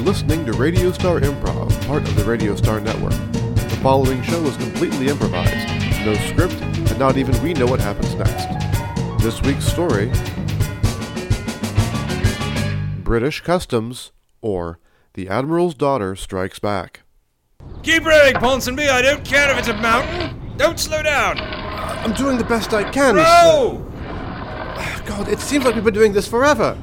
listening to Radio Star Improv, part of the Radio Star Network. The following show is completely improvised, no script, and not even we know what happens next. This week's story British Customs, or The Admiral's Daughter Strikes Back. Keep running, Ponsonby. I don't care if it's a mountain. Don't slow down. I'm doing the best I can. Row! God, it seems like we've been doing this forever.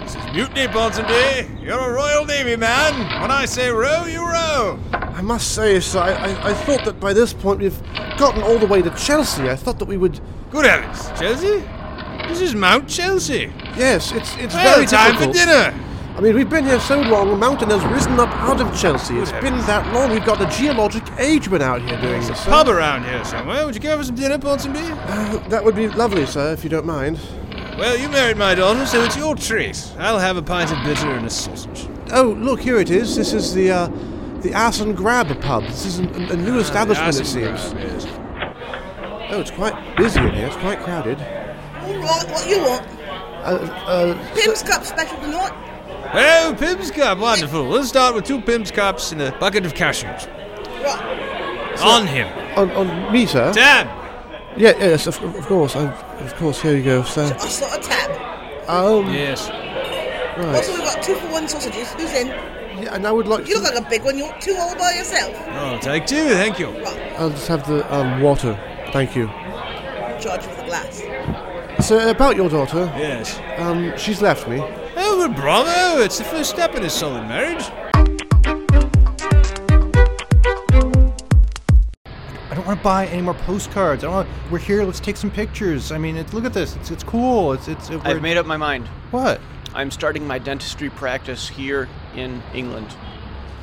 This is mutiny, Ponsonby. You're a Royal Navy man. When I say row, you row. I must say, sir, I, I, I thought that by this point we've gotten all the way to Chelsea. I thought that we would. Good heavens, Chelsea. This is Mount Chelsea. Yes, it's it's Well, very time difficult. for dinner. I mean, we've been here so long, the mountain has risen up out of Chelsea. It's been that long. We've got the geologic age been out here doing this. sir. Pub around here somewhere. Would you care for some dinner, Ponsonby? That would be lovely, sir, if you don't mind. Well, you married my daughter, so it's your treat. I'll have a pint of bitter and a sausage. Oh, look, here it is. This is the uh, the Ass and Grab pub. This is an, a Ah, new establishment, it seems. Oh, it's quite busy in here. It's quite crowded. All right, what you want? Uh, Pim's Cup special tonight. Oh, Pim's Cup, wonderful. Let's start with two Pim's Cups and a bucket of cashews. Right, On him. uh, on, on me, sir? Damn! Yeah, yes, of, of course. Of, of course, here you go, sir. I saw a tab. Um, Yes. Also, right. we've got two for one sausages. Who's in? Yeah, and I would like You look to... like a big one. You want two all by yourself? I'll take two, thank you. I'll just have the um, water. Thank you. Charge you with a glass. So, about your daughter, Yes. um, she's left me. Oh, well, bravo! It's the first step in a solid marriage. I don't want to buy any more postcards. I don't want. We're here. Let's take some pictures. I mean, it's, look at this. It's it's cool. It's it's. It, we're- I've made up my mind. what? I'm starting my dentistry practice here in England.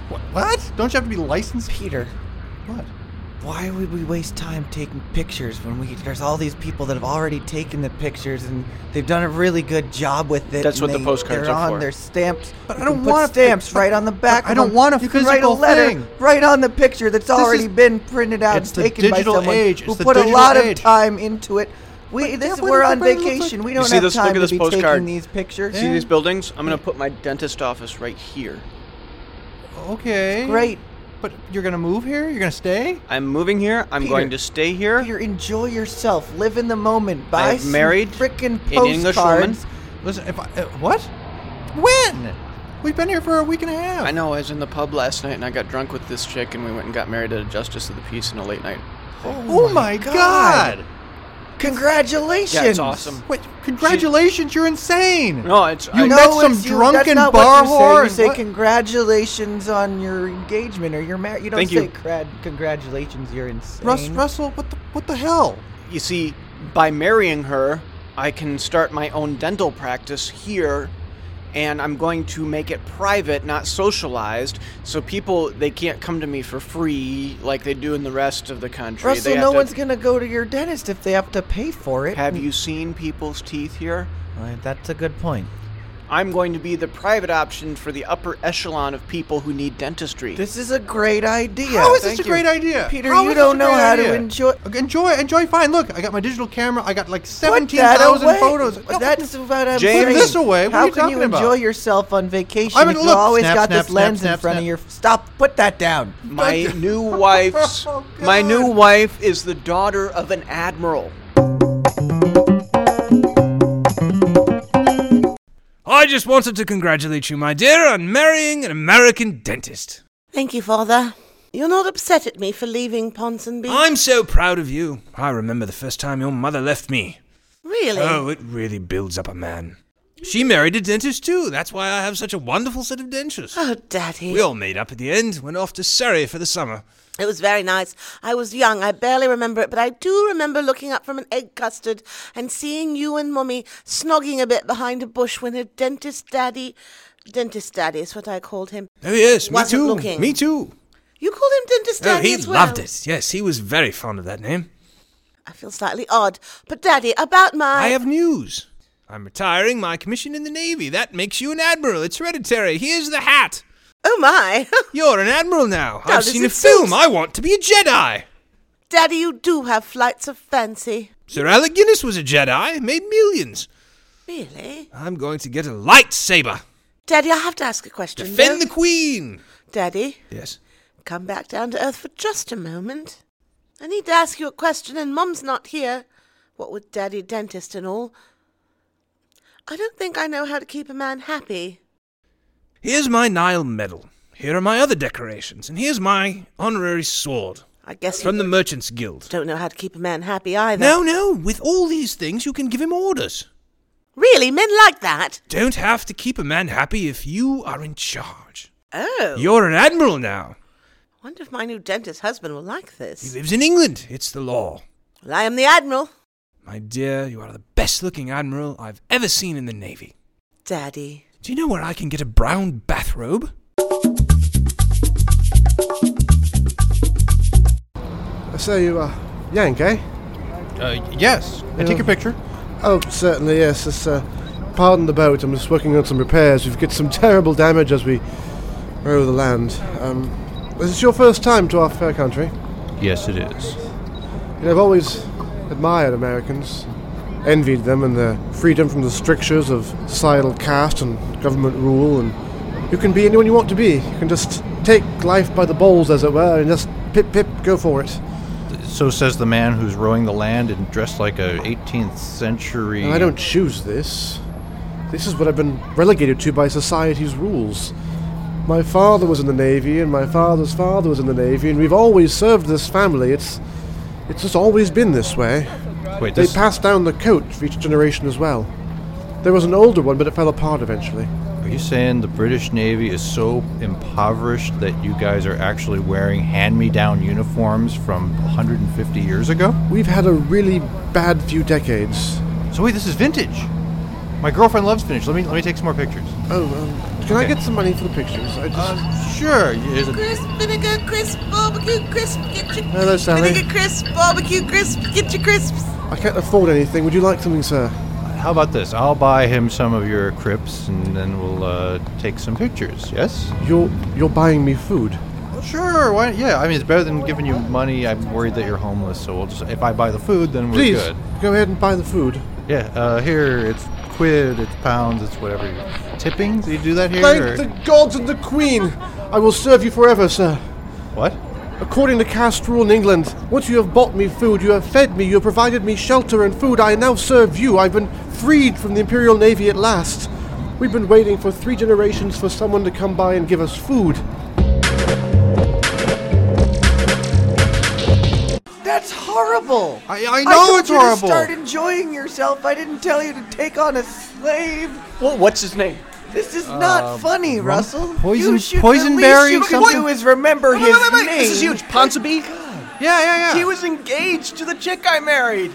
What? What? Don't you have to be licensed? Peter, What? why would we waste time taking pictures when we there's all these people that have already taken the pictures and they've done a really good job with it. That's and what the they, postcards they're are on for. their stamps. But I don't want a fi- stamps but- right on the but back. I of don't them. want a you can write a physical letter thing. right on the picture that's already is- been printed out It's the and taken digital by someone age. who It's the put a digital lot age. of time into it. We this yeah, what we're if on everybody looks like- vacation. we don't see have this- look time at this to be postcard. taking these pictures. See these buildings? I'm going to put my dentist office right here. Okay. Great. But you're gonna move here. You're gonna stay. I'm moving here. I'm Peter. going to stay here. Peter, enjoy yourself. Live in the moment. Buy I've married freaking an English woman. postcards. Listen. If I, uh, what? When? We've been here for a week and a half. I know. I was in the pub last night and I got drunk with this chick and we went and got married at a Justice of the Peace in a late night. Oh, my God. Congratulations! Yeah, it's awesome. Wait. Congratulations. you're insane. No, it's. You I, met No, some it's you- drunken that's not bar what you whore Say. You and say what- congratulations on your engagement or your marriage. You don't Thank say you. crad- congratulations. You're insane. Russ, Russell, what the what the hell? You see, by marrying her, I can start my own dental practice here, and I'm going to make it private, not socialized, so people they can't come to me for free like they do in the rest of the country. They Russell, have no to- one's gonna go to your dentist if they have to pay for it. Have you seen people's teeth here? Uh, that's a good point. I'm going to be the private option for the upper echelon of people who need dentistry. This is a great idea. How is this Thank a great you. idea? Peter? How you is this don't a know great how to idea? enjoy. Enjoy, enjoy, fine. Look, I got my digital camera. I got like Put seventeen that thousand away. photos. No, That's what I'm James- saying. Put this away. What How are you can you talking about? enjoy yourself on vacation I mean, if you look. always Snap, got snap, this snap, lens in snap, front snap. of your? Stop. Put that down. my new wife's Oh, my new God. wife is the daughter of an admiral. I just wanted to congratulate you, my dear, on marrying an American dentist. Thank you, Father. You're not upset at me for leaving Ponsonby? I'm so proud of you. I remember the first time your mother left me. Really? Oh, it really builds up a man. She married a dentist too. That's why I have such a wonderful set of dentures. Oh, Daddy. We all made up at the end, went off to Surrey for the summer. It was very nice. I was young. I barely remember it, but I do remember looking up from an egg custard and seeing you and Mummy snogging a bit behind a bush when her dentist daddy. Dentist daddy is what I called him. Oh yes, me Wasn't too. looking. Me too. You called him dentist Oh, daddy he as well. loved it. Yes, he was very fond of that name. I feel slightly odd. But, Daddy, about my. I have news. I'm retiring my commission in the Navy. That makes you an admiral. It's hereditary. Here's the hat. Oh, my. You're an admiral now. I've does seen it a film. suit? I want to be a Jedi. Daddy, you do have flights of fancy. Sir Alec Guinness was a Jedi, made millions. Really? I'm going to get a lightsaber. Daddy, I have to ask a question. Defend though. the queen. Daddy, Yes. come back down to earth for just a moment. I need to ask you a question, and Mum's not here. What with Daddy dentist and all. I don't think I know how to keep a man happy. Here's my Nile medal. Here are my other decorations, and here's my honorary sword I guess from you the Merchants Guild. don't know how to keep a man happy either. No, no, with all these things, you can give him orders. Really, men like that? Don't have to keep a man happy if you are in charge. Oh. You're an admiral now. wonder if my new dentist husband will like He this. lives in England. It's the law. Well, I am the admiral. My dear, you are the best looking admiral I've ever seen in the Navy. Daddy. Do you know where I can get a brown bathrobe? I say you are Yank, eh? Uh, yes. Can I take a picture? Oh, certainly, yes. It's, uh, pardon the boat, I'm just working on some repairs. We've got some terrible damage as we row the land. Um, this is your first time to our fair country. Yes, it is. You know, I've always admired Americans, envied them and their freedom from the strictures of societal caste and government rule. And you can be anyone you want to be. You can just take life by the balls, as it were, and just pip pip, go for it. So says the man who's rowing the land and dressed like a 18th century. And I don't choose this. This is what I've been relegated to by society's rules. My father was in the navy, and my father's father was in the navy, and we've always served this family. It's, it's just always been this way. Wait, They this, passed down the coat for each generation as well. There was an older one, but it fell apart eventually. are you saying the British Navy is so impoverished that you guys are actually wearing hand-me-down uniforms from 150 years ago? We've had a really bad few decades. So wait, this is vintage. My girlfriend loves vintage. Let me let me take some more pictures. Oh, um, can I Okay. Um, get some money for the pictures? I just sure. Here's a- Crisp, vinegar, crisp, barbecue, crisp, get your Hello, Sally. vinegar crisp, barbecue crisp, get your crisps. I can't afford anything. Would you like something, sir? How about this? I'll buy him some of your crips, and then we'll uh, take some pictures. Yes. You're you're buying me food. Sure. Why? Yeah. I mean, it's better than giving you money. I'm worried that you're homeless, so we'll just if I buy the food, then we're Please good. go ahead and buy the food. Yeah. Uh, here, it's quid, it's pounds, it's whatever. you Tipping? Do you do that here? or- Thank the gods and the queen! I will serve you forever, sir. what? According to caste rule in England, once you have bought me food, you have fed me, you have provided me shelter and food, I now serve you. I've been freed from the Imperial Navy at last. We've been waiting for three generations for someone to come by and give us food. That's horrible. I, I I know told it's you to horrible. start enjoying yourself. I didn't tell you to take on a slave. Well, what's his name? This is Uh, not funny, Russell. poison- you should poison the berry least you something? can do is remember his name. This is huge. Ponsonby. yeah, yeah, yeah. Oh, He was engaged to the chick I married.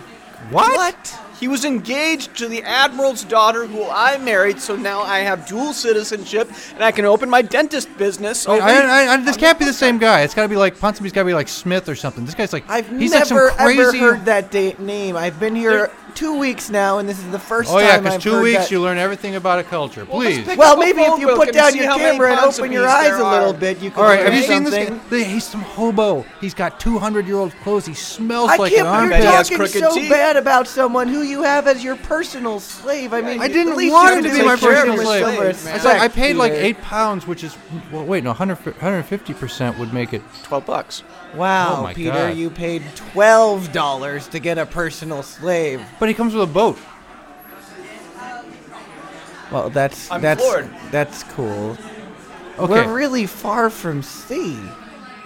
what? He was engaged to the admiral's daughter, who I married. So now I have dual citizenship, and I can open my dentist business. I, Oh, wait. I, I, this can't be the same guy. It's got to be like Ponsonby's got to be like Smith or something. This guy's like I've he's never like some crazy. ever heard that da- name. I've been here two weeks now, and this is the first oh time yeah, I've because two heard weeks that. you learn everything about a culture. Please. well, Pick up a maybe if phone you book put and down see your how many camera and Ponsonby's open your eyes there a little are. bit, you could All right, have learn you seen this? something. Guy? The- He's some hobo. He's got 200 year old clothes. He smells I like an can't armpit. believe He you're has talking crooked so teeth. bad about someone who you have as your personal slave. I mean, I at didn't least want you him to can be take my care of personal slave. yourself with It's like I respect, paid like Peter. eight pounds, which is well, wait, no, 150 percent would make it. Twelve bucks. Wow, Oh my Peter, God. you paid twelve dollars to get a personal slave. But he comes with a boat. Well, that's I'm that's floored. that's cool. Okay, We're really far from sea.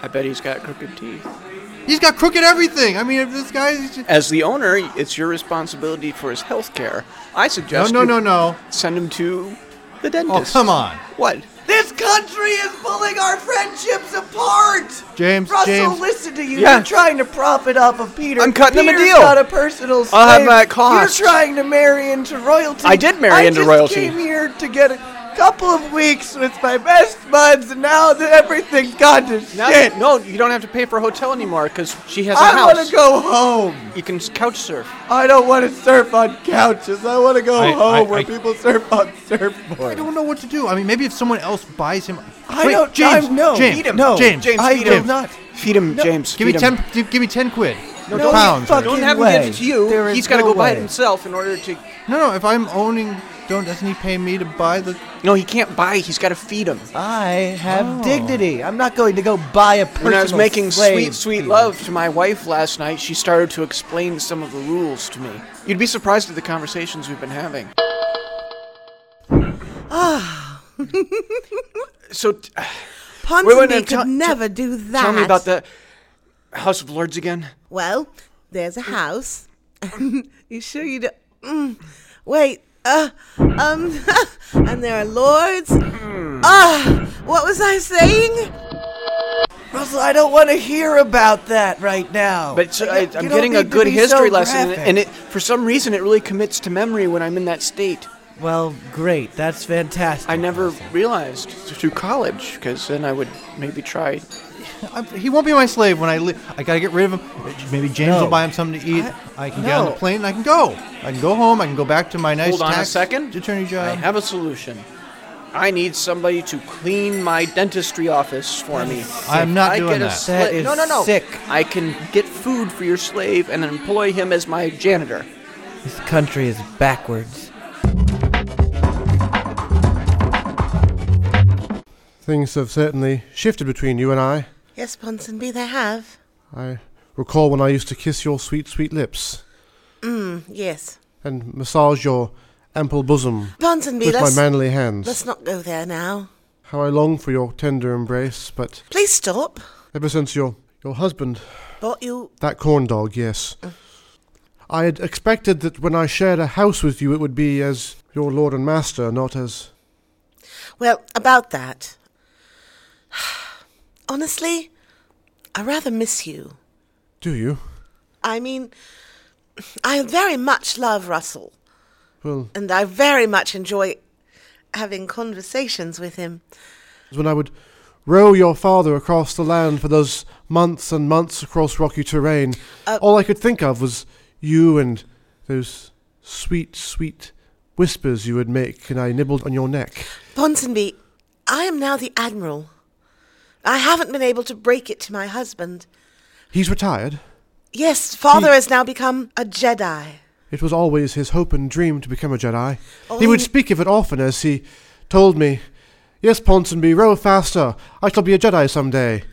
I bet he's got crooked teeth. he's got crooked everything. I mean, if this guy. Is just... As the owner, it's your responsibility for his health care. I No, suggest no, you no, no. send him to the Oh, dentist. come on, What? This country is pulling our friendships apart. James. Russell, James. listen to you. Yeah. You're trying to profit off of Peter. I'm cutting him a Peter's deal. Not a personal slave. I'll have my costs. You're trying to marry into royalty. I did marry I into just royalty. Came here to get a couple of weeks with my best buds, and now that everything's gone to No, shit. no, you don't have to pay for a hotel anymore because she has a I house. want to go home. You can couch surf. I don't want to surf on couches. I want to go I- I- home where I- people surf on surfboards. I don't know what to do. I mean, maybe if someone else buys him. I Wait, don't- James, I'm- no, James, feed him. No, James, James, I feed will him. not. Feed him, James. give me feed him. ten. Give me ten quid. No, No, pounds. fuck Don't Fucking have him way. give it to you. There is He's got to no go buy it way. himself in order to. No, no. If I'm owning don't doesn't he pay me to buy the? No, he can't buy. He's got to feed him. I have dignity. I'm not going to go buy a personal When I was Oh. making slave sweet, sweet dealer. love to my wife last night, she started to explain some of the rules to me. You'd be surprised at the conversations we've been having. Ah. so t- Ponce Wait, wait, and me now could tell- never do that. tell me about the House of Lords again. Well, there's Mm. a house. you sure you don't? Mm. Wait. Uh, um, and there are lords. Mm. Ah, what was I saying? Russell, I don't want to hear about that right now. But so I, You I'm don't getting a need to good be so history lesson, graphic. and it, for some reason, it really commits to memory when I'm in that state. well, great. That's fantastic. I never realized through college, because then I would maybe try. I, he won't be my slave when I leave. I gotta get rid of him. Maybe James No. will buy him something to eat. I, can get on the no. plane and I can go. I can go home. I can go back to my nice Hold on a tax second. attorney job. I have a solution. I need somebody to clean my dentistry office for me. I'm not I doing get a that. sla- That is no, no, no. sick. I can get food for your slave and employ him as my janitor. This country is backwards. Things have certainly shifted between you and I. Yes, Ponce and me, they have. I recall when I used to kiss your sweet, sweet lips Yes. and massage your ample bosom Ponce and me, with my let's, manly hands. let's not go there now. How I long for your tender embrace, but Please stop. ever since your, your husband Bought you. That corn dog, yes. I had expected that when I shared a house with you, it would be as your lord and master, not as. Well, about that. Honestly, I rather miss you. Do you? I mean, I very much love Russell. Well, and I very much enjoy having conversations with him. when I would row your father across the land for those months and months across rocky terrain, all I could think of was you and those sweet, sweet whispers you would make, and I nibbled on your neck. Ponsonby, I am now the Admiral. I haven't been able to break it to my husband. He's retired. Yes, father has now become a Jedi. It was always his hope and dream to become a Jedi. Only- He would speak of it often as he told me, Yes, Ponsonby, row faster. I shall be a Jedi some day.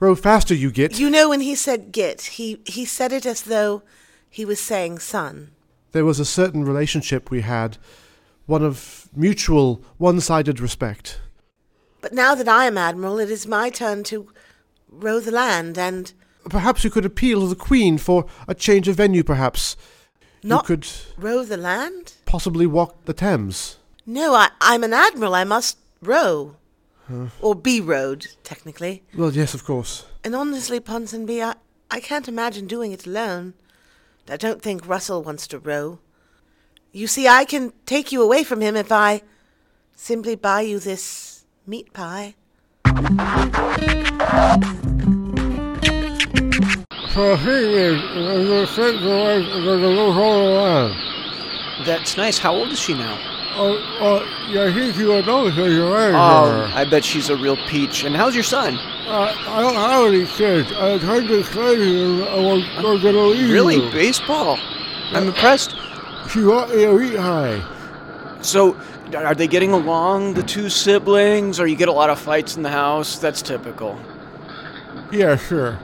Row faster, you git. You know, when he said git, he, he said it as though he was saying son. There was a certain relationship we had, one of mutual, one sided respect. But now that I am Admiral, it is my turn to row the land and Perhaps you could appeal to the Queen for a change of venue, perhaps. not You could row the land? possibly walk the Thames. No, I, I'm an Admiral. I must row. Or be rowed, technically. Well, yes, of course. And honestly, Ponsonby, I, I can't imagine doing it alone. I don't think Russell wants to row. You see, I can take you away from him if I simply buy you this meat pie. That's nice. How old is she now? Yeah, he's your daughter, you're right. Oh, I bet she's a real peach. And how's your son? I, I don't have any kids. I tried to slay you. I was going to leave Really? you. Baseball? I'm impressed. She want me to eat high. So, are they getting along, the two siblings? Or you get a lot of fights in the house? That's typical. Yeah, sure.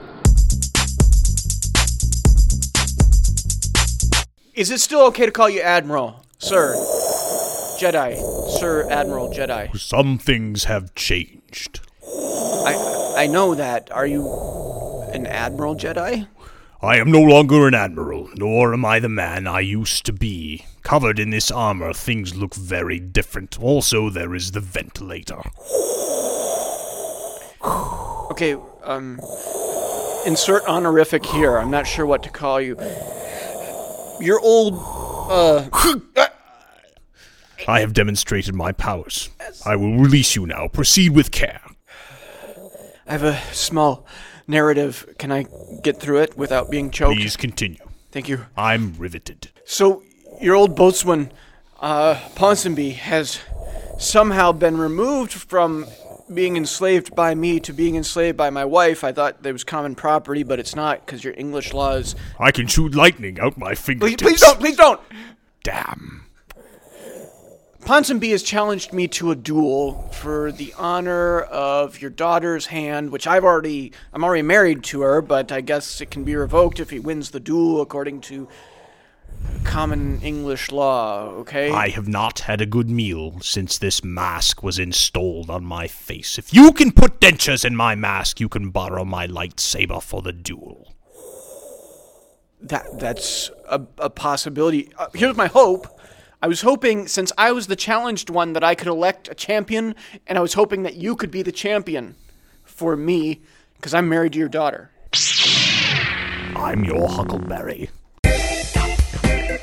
Is it still okay to call you Admiral? Sir. Jedi. Sir Admiral Jedi. Some things have changed. I I know that. Are you an Admiral Jedi? I am no longer an admiral, nor am I the man I used to be. Covered in this armor, things look very different. Also, there is the ventilator. Okay, um insert honorific here. I'm not sure what to call you. Your old uh I have demonstrated my powers. I will release you now. Proceed with care. I have a small narrative. Can I get through it without being choked? Please continue. Thank you. I'm riveted. So, your old boatswain, uh, Ponsonby, has somehow been removed from being enslaved by me to being enslaved by my wife. I thought that was common property, but it's not because your English laws. I can shoot lightning out my Please, fingertips. please don't, please don't! Damn. Ponsonby has challenged me to a duel for the honor of your daughter's hand, which I've already I'm already married to her, but I guess it can be revoked if he wins the duel according to common English law, okay? I have not had a good meal since this mask was installed on my face. If you can put dentures in my mask, you can borrow my lightsaber for the duel. That that's a, a possibility. Uh, here's my hope. I was hoping, since I was the challenged one, that I could elect a champion, and I was hoping that you could be the champion for me, because I'm married to your daughter. I'm your huckleberry. I've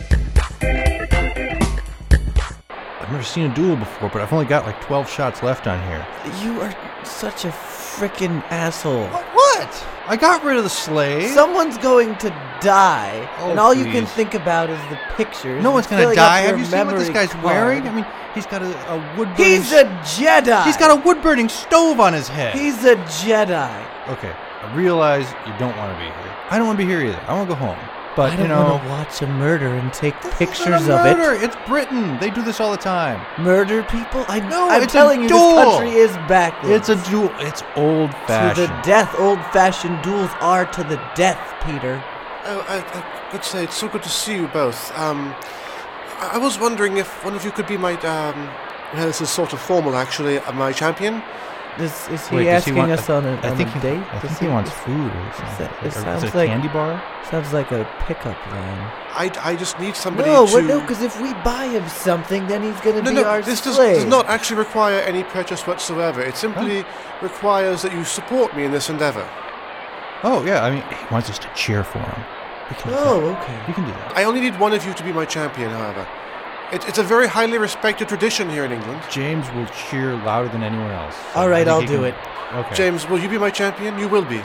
never seen a duel before, but I've only got like 12 shots left on here. You are such a freaking asshole. What? I got rid of the slave. Someone's going to die, Oh, and all you can please. think about is the pictures. No and one's gonna filling up die. your Have you seen what this memory guy's wearing? I card. mean, he's got a, a wood. burning He's a Jedi. He's got a wood burning stove on his head. He's a Jedi. okay. I realize you don't want to be here. I don't want to be here either. I want to go home. But I you don't know, want to watch a murder and take It's pictures not of a it. murder. It's Britain. They do this all the time. Murder people? I No, I'm it's a telling you, duel. this country is backwards. It's a duel. It's old to fashioned. the death. Old-fashioned duels are to the death, Peter. Oh, I, I could say it's so good to see you both. Um, I, I was wondering if one of you could be my. Um, well, this is sort of formal, actually. uh, My champion. This is Wait, does he he asking want- us on a, I on think a he- date? I Does think he wants food or Is something. that- Or it is sounds it a like candy bar? Sounds like a pickup line. I, I just need somebody No, to. well, no, because if we buy him something, then he's gonna no, be no, our this does, slave. does not actually require any purchase whatsoever. It simply requires that you support me in this endeavor. oh yeah. I mean, he wants us to cheer for him. We can do Oh, that. okay. You can do that. I only need one of you to be my champion, however. It, it's a very highly respected tradition here in England. James will cheer louder than anyone else. So All I right, think I'll he do can- it. Okay. James, will you be my champion? You will be.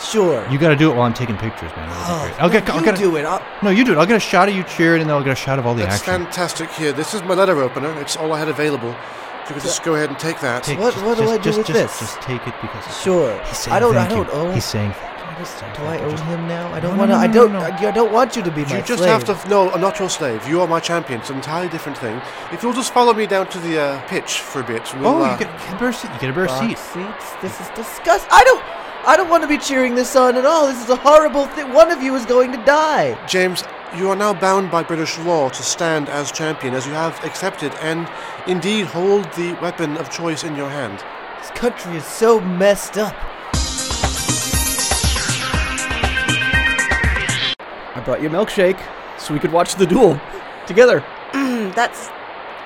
Sure. You got to do it while I'm taking pictures, man. That'd be Oh, great. I'll get. no, I'll you get a- do it. I'll, No, you do it. I'll get a shot of you cheering, and then I'll get a shot of all the That's action. fantastic here. This is my letter opener. It's all I had available. If you could just go ahead and take that. Take- What- what do I do just, with just, this? Just take it because it's- Sure. He's saying I don't. Thank I don't you. owe. He's saying. I just- thank do you. I owe Just- him now? I No, don't no, want to. no, I no, don't. no. I, I don't want you to be my You just slave. have to. No, I'm not your slave. You are my champion. It's an entirely different thing. If you'll just follow me down to the uh, pitch for a bit, we'll. Oh, uh, you get, get a better seat. You get a better uh, Box seat. seats. This is disgust. I don't. I don't want to be cheering this on at all. This is a horrible thing. One of you is going to die. James, you are now bound by British law to stand as champion, as you have accepted and indeed hold the weapon of choice in your hand. This country is so messed up. I brought you a milkshake so we could watch the duel together. Mm, that's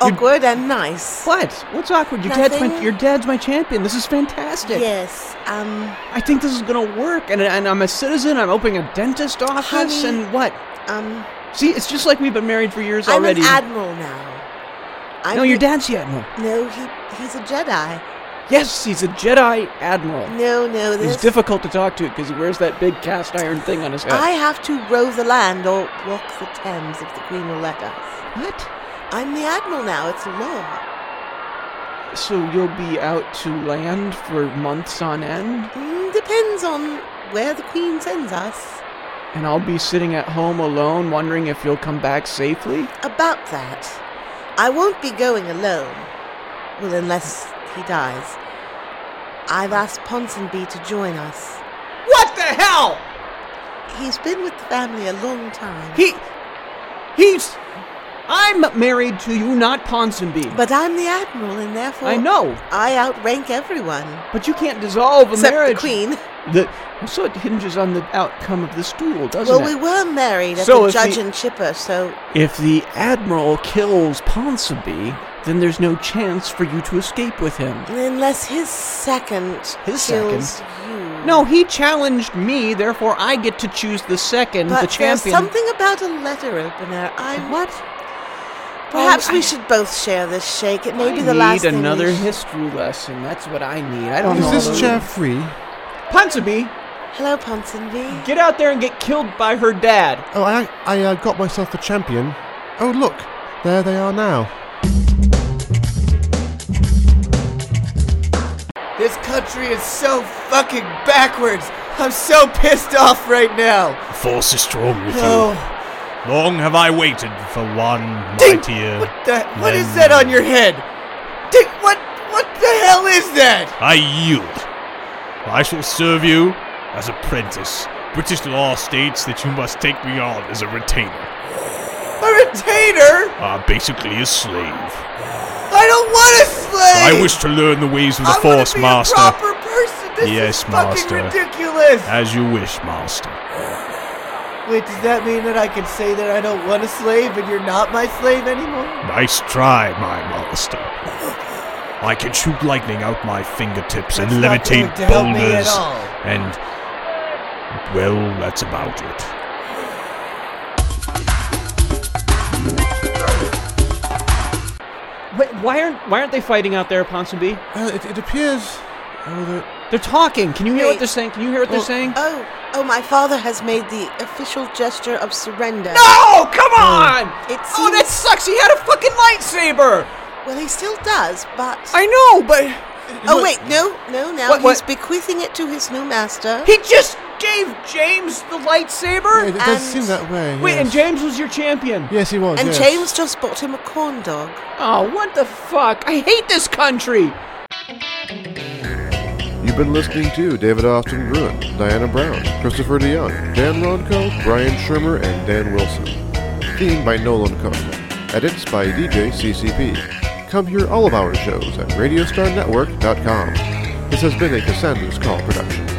awkward and nice. What? What's awkward? Your dad's my Nothing. your dad's my champion. This is fantastic. Yes. Um. I think this is gonna work, and, and I'm a citizen. I'm opening a dentist office, Honey. and what? Um. See, it's just like we've been married for years I'm an already. admiral now. I'm no, your the- dad's the admiral. No, he he's a Jedi. Yes, he's a Jedi admiral. No, no, He's this. difficult to talk to because he wears that big cast iron thing on his head. I have to row the land or walk the Thames if the Queen will let us. what? I'm the admiral now. It's law. So you'll be out to land for months on end, Mm, depends on where the Queen sends us. and I'll be sitting at home alone, wondering if you'll come back safely. About that, I won't be going alone. Well, unless he dies. I've asked Ponsonby to join us. What the hell? He's been with the family a long time. He, he's. I'm married to you, not Ponsonby. but I'm the admiral, and therefore I know, I outrank everyone but you can't dissolve a except marriage. the Queen. The- so it hinges on the outcome of this duel, doesn't Well, it? we were married as So a if judge he- and chipper, so If the Admiral kills Ponsonby, then there's no chance for you to escape with him. unless his second His kills second? you. No, Oh, he challenged me, therefore I get to choose the second, but the there's champion. something about a letter opener. I What? Perhaps Oh, we I- should both share this shake. It may Oh, I be the last need thing we another sh- history lesson. That's what I need. I don't Is know. this those- chair free? Ponsonby, Hello, Ponsonby. get out there and get killed by her dad. Oh, I, I uh, got myself a champion. Oh, look, there they are now. This country is so fucking backwards. I'm so pissed off right now. Oh, The force is strong with No, Long have I waited for one Ding! mightier. What the? What is that on your head? Dick, what? What the hell is that? I yield. I shall serve you as apprentice. British law states that you must take me on as a retainer, A retainer? uh, basically a slave. I don't want a slave. I wish to learn the ways of the I wanna Force, be a Master. proper person. This yes, is fucking Master. ridiculous. As you wish, Master. Wait, does that mean that I can say that I don't want a slave and you're not my slave anymore? Nice try, my Master. I can shoot lightning out my fingertips and That's not levitate going to help me at boulders. all. And. Well, that's about it. Wait, why aren't why aren't they fighting out there, Ponsonby? it, it appears. oh, they're talking. Can you hear what Wait. they're saying? Can you hear what Well, they're saying? Oh, oh, my father has made the official gesture of surrender. No! Come Hmm. on! It seems, Oh, that sucks. He had a fucking lightsaber. Well, he still does, but. I know, but. Oh, wait, no, no, now What- he's what? bequeathing it to his new master. He just gave James the lightsaber. It does seem that way. Wait, and yes. James was your champion. Yes, he was. And yes. James just bought him a corn dog. Oh, what the fuck! I hate this country. You've been listening to David Austin Gruen, Diana Brown, Christopher DeYoung, Dan Rodko, Brian Schirmer, and Dan Wilson. Theme by Nolan Costa. Edits by DJ CCP. Come hear all of our shows at RadiostarNetwork.com. This has been a Cassandra's Call production.